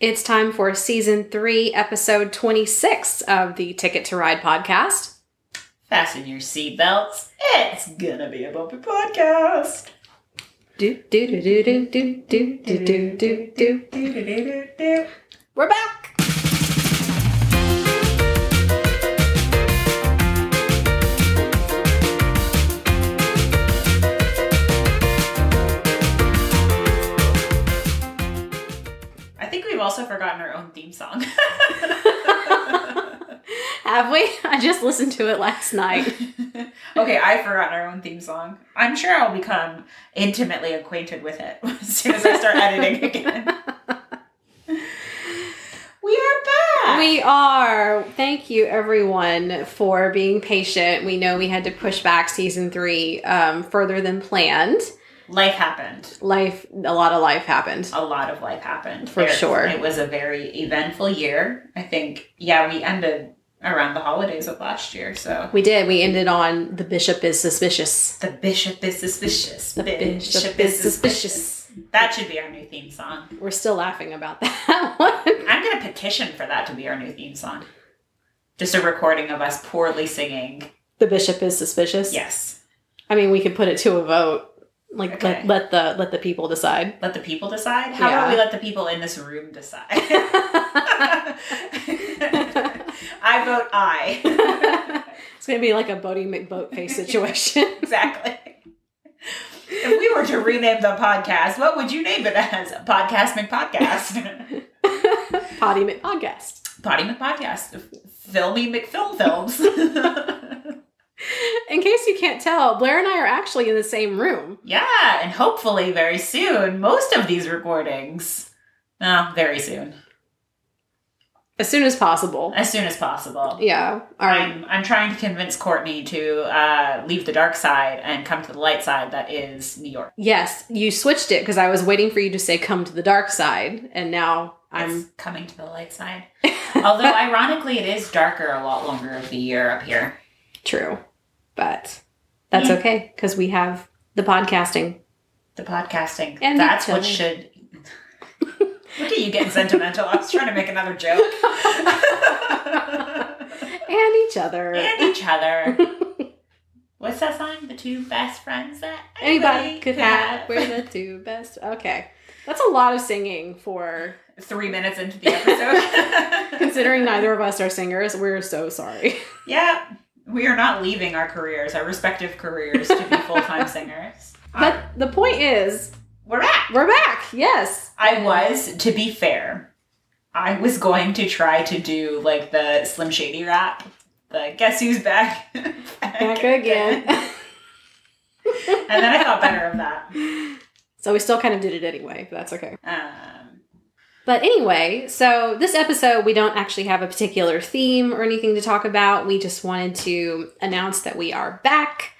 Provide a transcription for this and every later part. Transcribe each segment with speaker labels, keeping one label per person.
Speaker 1: It's time for season three, episode 26 of the Ticket to Ride podcast.
Speaker 2: Fasten your seatbelts. It's gonna be a bumpy podcast.
Speaker 1: Do, do, do, do, do, do, do, do, do, do, do. We're back!
Speaker 2: I think we've also forgotten our own theme song.
Speaker 1: Have we? I just listened to it last night.
Speaker 2: okay, I've forgotten our own theme song. I'm sure I'll become intimately acquainted with it as soon as I start editing again. we are back.
Speaker 1: We are. Thank you, everyone, for being patient. We know we had to push back season three um, further than planned.
Speaker 2: life happened.
Speaker 1: Life, a lot of life happened.
Speaker 2: A lot of life happened
Speaker 1: For sure.
Speaker 2: It was a very eventful year. I think. Yeah, we ended around the holidays of last year, so.
Speaker 1: We did. We ended on The Bishop is Suspicious.
Speaker 2: The bishop is suspicious.
Speaker 1: The bishop is suspicious.
Speaker 2: That should be our new theme song.
Speaker 1: We're still laughing about that one.
Speaker 2: I'm going to petition for that to be our new theme song. Just a recording of us poorly singing.
Speaker 1: The bishop is suspicious.
Speaker 2: Yes.
Speaker 1: I mean, we could put it to a vote. Like
Speaker 2: Okay.
Speaker 1: let, let the let the people decide.
Speaker 2: Let the people decide. How about
Speaker 1: Yeah.
Speaker 2: we let the people in this room decide? I vote I.
Speaker 1: It's gonna be like a Bodie McBoatface situation.
Speaker 2: exactly. If we were to rename the podcast, what would you name it as? Podcast McPodcast.
Speaker 1: Potty McPodcast.
Speaker 2: Potty McPodcast. Filmy McFilm Films.
Speaker 1: In case you can't tell, Blair and I are actually in the same room.
Speaker 2: Yeah, and hopefully very soon, most of these recordings. No, very soon.
Speaker 1: As soon as possible.
Speaker 2: As soon as possible.
Speaker 1: Yeah. All right.
Speaker 2: I'm, I'm trying to convince Courtney to uh, leave the dark side and come to the light side that is New York.
Speaker 1: Yes, you switched it because I was waiting for you to say come to the dark side, and now
Speaker 2: It's
Speaker 1: I'm
Speaker 2: coming to the light side. Although, ironically, it is darker a lot longer of the year up here.
Speaker 1: true. But that's
Speaker 2: Yeah.
Speaker 1: okay because we have the podcasting.
Speaker 2: The podcasting.
Speaker 1: And
Speaker 2: that's
Speaker 1: the
Speaker 2: what
Speaker 1: chili.
Speaker 2: should. Look at you getting sentimental. I was trying to make another joke.
Speaker 1: and each other.
Speaker 2: and each other. What's that song? The two best friends that
Speaker 1: Anybody could have. We're the two best. Okay. That's a lot of singing for
Speaker 2: Three minutes into the episode.
Speaker 1: considering neither of us are singers. We're so sorry.
Speaker 2: yeah, we are not leaving our careers, our respective careers, to be full time singers. Um,
Speaker 1: But the point is,
Speaker 2: we're back.
Speaker 1: we're back. Yes.
Speaker 2: I was, to be fair, I was going to try to do like the Slim Shady rap. The guess who's back?
Speaker 1: Back again.
Speaker 2: And then I thought better of that.
Speaker 1: so we still kind of did it anyway, but that's okay.
Speaker 2: Um,
Speaker 1: But anyway, so this episode, we don't actually have a particular theme or anything to talk about. We just wanted to announce that we are back,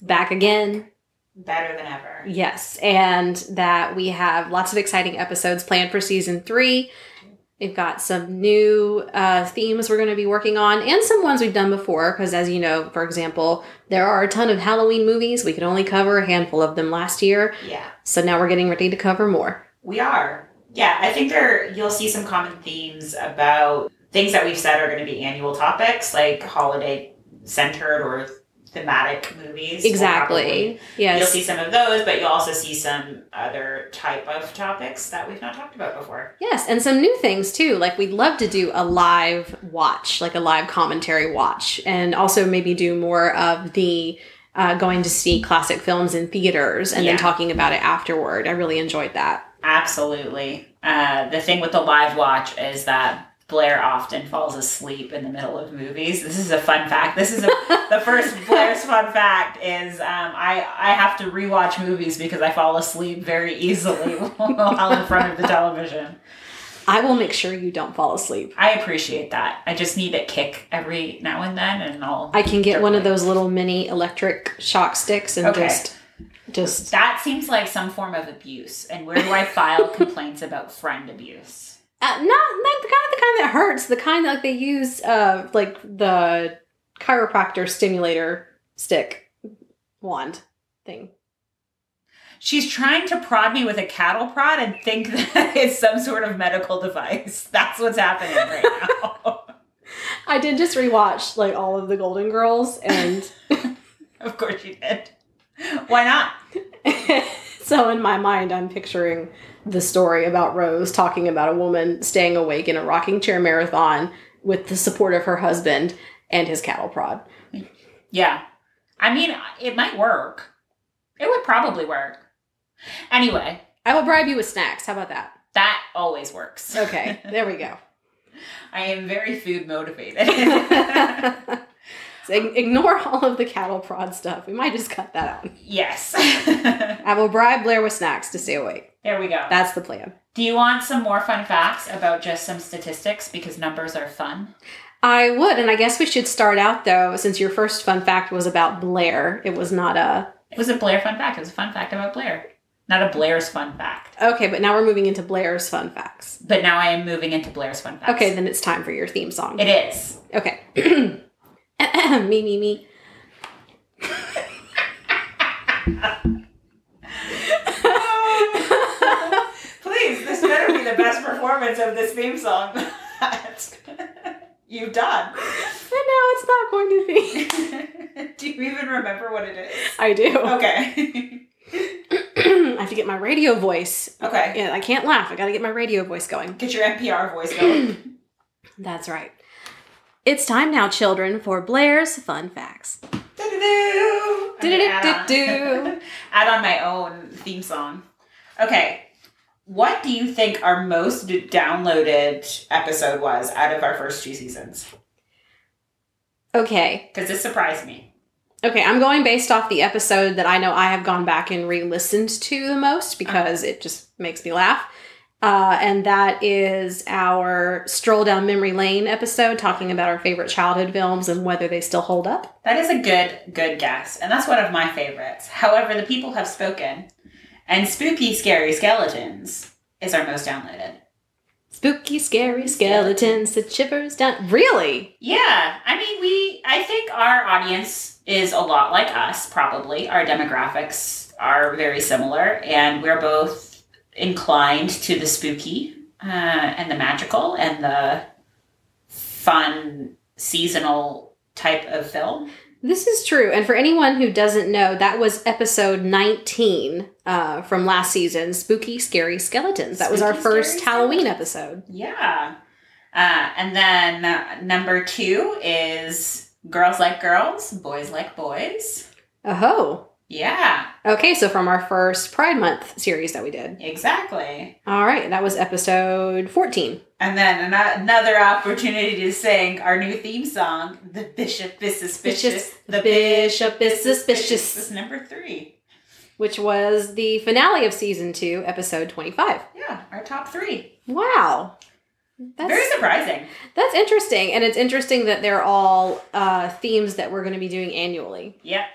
Speaker 1: back again.
Speaker 2: better than ever.
Speaker 1: Yes, and that we have lots of exciting episodes planned for season three. We've got some new uh, themes we're going to be working on and some ones we've done before because, as you know, for example, there are a ton of Halloween movies. We could only cover a handful of them last year,
Speaker 2: Yeah.
Speaker 1: so now we're getting ready to cover more.
Speaker 2: We are. Yeah, I think there you'll see some common themes about things that we've said are going to be annual topics, like holiday centered or thematic movies. will probably-
Speaker 1: Exactly.
Speaker 2: You'll
Speaker 1: Yes.
Speaker 2: see some of those, but you'll also see some other type of topics that we've not talked about before.
Speaker 1: Yes, and some new things too. Like we'd love to do a live watch, like a live commentary watch, and also maybe do more of the uh, going to see classic films in theaters and then
Speaker 2: Yeah.
Speaker 1: talking about it afterward. I really enjoyed that.
Speaker 2: Absolutely. Uh, the thing with the live watch is that Blair often falls asleep in the middle of movies. This is a fun fact. This is a, the first Blair's fun fact is um, I I have to rewatch movies because I fall asleep very easily while in front of the television.
Speaker 1: I will make sure you don't fall asleep.
Speaker 2: I appreciate that. I just need a kick every now and then, and I'll.
Speaker 1: I can get one of those little mini electric shock sticks and
Speaker 2: Okay.
Speaker 1: just, just.
Speaker 2: that seems like some form of abuse. And where do I file complaints about friend abuse?
Speaker 1: Uh, not not the kind the kind that hurts. The kind that like, they use, uh, like the chiropractor stimulator stick wand thing.
Speaker 2: She's trying to prod me with a cattle prod and think that it's some sort of medical device. That's what's happening right now.
Speaker 1: I did just rewatch like all of the Golden Girls, and
Speaker 2: of course you did. Why not?
Speaker 1: so in my mind, I'm picturing the story about Rose talking about a woman staying awake in a rocking chair marathon with the support of her husband and his cattle prod.
Speaker 2: Yeah. I mean, it might work. It would probably work. Anyway,
Speaker 1: I will bribe you with snacks. How about that?
Speaker 2: that always works.
Speaker 1: Okay, there we go.
Speaker 2: I am very food motivated.
Speaker 1: So ign- ignore all of the cattle prod stuff. We might just cut that out.
Speaker 2: yes.
Speaker 1: I will bribe Blair with snacks to stay awake.
Speaker 2: there we go.
Speaker 1: That's the plan.
Speaker 2: Do you want some more fun facts about just some statistics? Because numbers are fun.
Speaker 1: I would, and I guess we should start out though, since your first fun fact was about Blair. It was not a
Speaker 2: It was a Blair fun fact. It was a fun fact about Blair. Not a Blair's fun fact.
Speaker 1: okay, but now we're moving into Blair's fun facts.
Speaker 2: But now I am moving into Blair's fun facts.
Speaker 1: Okay, then it's time for your theme song.
Speaker 2: It is.
Speaker 1: Okay, me me me.
Speaker 2: Please, this better be the best performance of this theme song that you've done.
Speaker 1: No, it's not going to be.
Speaker 2: Do you even remember what it is?
Speaker 1: I do.
Speaker 2: Okay.
Speaker 1: I have to get my radio voice.
Speaker 2: okay.
Speaker 1: Yeah, I can't laugh. I got to get my radio voice going.
Speaker 2: Get your NPR voice going.
Speaker 1: That's right. It's time now, children, for Blair's fun facts.
Speaker 2: Do-do-do. I'm gonna add
Speaker 1: Do-do-do-do.
Speaker 2: on- Add on my own theme song. Okay. What do you think our most d- downloaded episode was out of our first two seasons?
Speaker 1: Okay,
Speaker 2: Because this surprised me.
Speaker 1: Okay, I'm going based off the episode that I know I have gone back and re listened to the most because it just makes me laugh. Uh, and that is our Stroll Down Memory Lane episode talking about our favorite childhood films and whether they still hold up.
Speaker 2: That is a good, good guess. And that's one of my favorites. However, the people have spoken. And Spooky Scary Skeletons is our most downloaded.
Speaker 1: Spooky, scary skeletons that shivers down. Really?
Speaker 2: Yeah, I mean, we, I think our audience is a lot like us, probably. Our demographics are very similar, and we're both inclined to the spooky uh, and the magical and the fun seasonal type of film.
Speaker 1: This is true. And for anyone who doesn't know, that was episode 19 uh, from last season Spooky, Scary Skeletons. That was our
Speaker 2: Spooky, Scary
Speaker 1: first Halloween episode.
Speaker 2: Yeah. Uh, and then uh, number two is girls like girls, boys like boys.
Speaker 1: Oh.
Speaker 2: Yeah,
Speaker 1: Okay, so from our first Pride Month series that we did.
Speaker 2: exactly.
Speaker 1: All right, that was episode 14.
Speaker 2: And then an- another opportunity to sing our new theme song, The Bishop is Suspicious.
Speaker 1: Suspicious. The Bishop is Suspicious.
Speaker 2: This is number three.
Speaker 1: Which was the finale of season two, episode 25.
Speaker 2: Yeah, our top three.
Speaker 1: Wow.
Speaker 2: Very
Speaker 1: That's,
Speaker 2: surprising.
Speaker 1: that's interesting. And it's interesting that they're all uh, themes that we're going to be doing annually.
Speaker 2: Yep.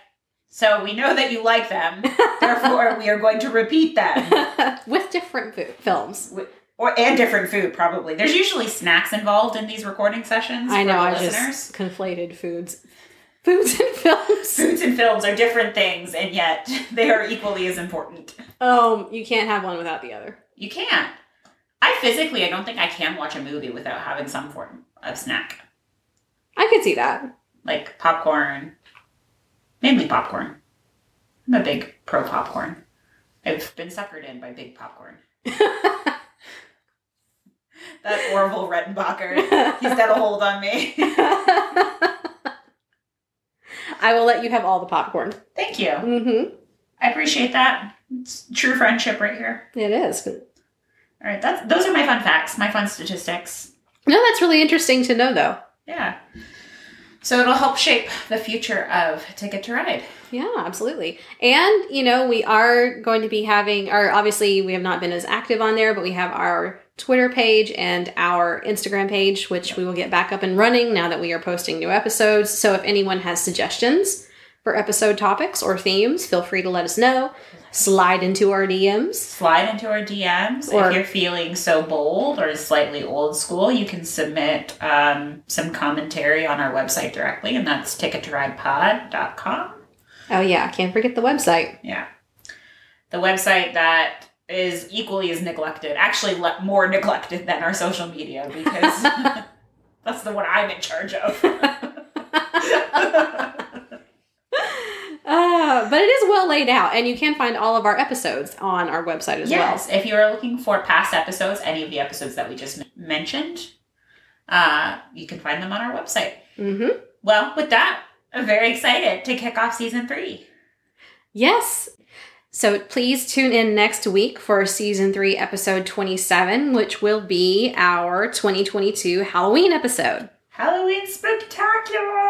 Speaker 2: So we know that you like them. Therefore, we are going to repeat them.
Speaker 1: With different fo- films.
Speaker 2: Or, and different food, probably. There's usually snacks involved in these recording sessions.
Speaker 1: I
Speaker 2: for
Speaker 1: know,
Speaker 2: the
Speaker 1: I
Speaker 2: listeners.
Speaker 1: just conflated foods. Foods and films.
Speaker 2: Foods and films are different things, and yet they are equally as important.
Speaker 1: Um, you can't have one without the other.
Speaker 2: You can't. I physically, I don't think I can watch a movie without having some form of snack,
Speaker 1: I could see that.
Speaker 2: like popcorn, mainly popcorn. I'm a big pro popcorn. I've been suckered in by big popcorn. that Orville Redenbacher, he's got a hold on me.
Speaker 1: I will let you have all the popcorn.
Speaker 2: Thank you.
Speaker 1: Mm-hmm.
Speaker 2: I appreciate that. It's true friendship right here.
Speaker 1: It is.
Speaker 2: All right, that's, those are my fun facts, my fun statistics.
Speaker 1: No, that's really interesting to know, though.
Speaker 2: Yeah. So it'll help shape the future of Ticket to Ride.
Speaker 1: Yeah, absolutely. And, you know, we are going to be having, or obviously we have not been as active on there, but we have our Twitter page and our Instagram page, which we will get back up and running now that we are posting new episodes. So if anyone has suggestions for episode topics or themes, feel free to let us know. Slide into our DMs.
Speaker 2: slide into our DMs.
Speaker 1: Or-
Speaker 2: if you're feeling so bold or slightly old school, you can submit um, some commentary on our website directly, and that's tickettoridepod.com.
Speaker 1: Oh, yeah, can't forget the website.
Speaker 2: Yeah. the website that is equally as neglected, actually le- more neglected than our social media because that's the one I'm in charge of.
Speaker 1: Uh, but it is well laid out, and you can find all of our episodes on our website as well.
Speaker 2: yes, if you are looking for past episodes, any of the episodes that we just m- mentioned, uh, you can find them on our website.
Speaker 1: Mm-hmm.
Speaker 2: Well, with that, I'm very excited to kick off season three.
Speaker 1: Yes. So please tune in next week for season three, episode 27, which will be our 2022 Halloween episode.
Speaker 2: Halloween spectacular!